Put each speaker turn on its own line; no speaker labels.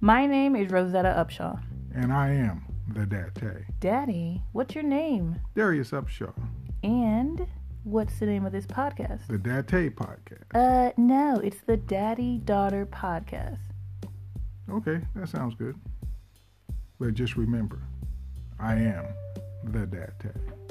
My name is Rosetta Upshaw.
And I am the Date.
Daddy, what's your name?
Darius Upshaw,
And what's the name of this podcast?
the Date Podcast.
Uh, no, it's the Daddy Daughter Podcast.
Okay, that sounds good. But just remember, I am the Date.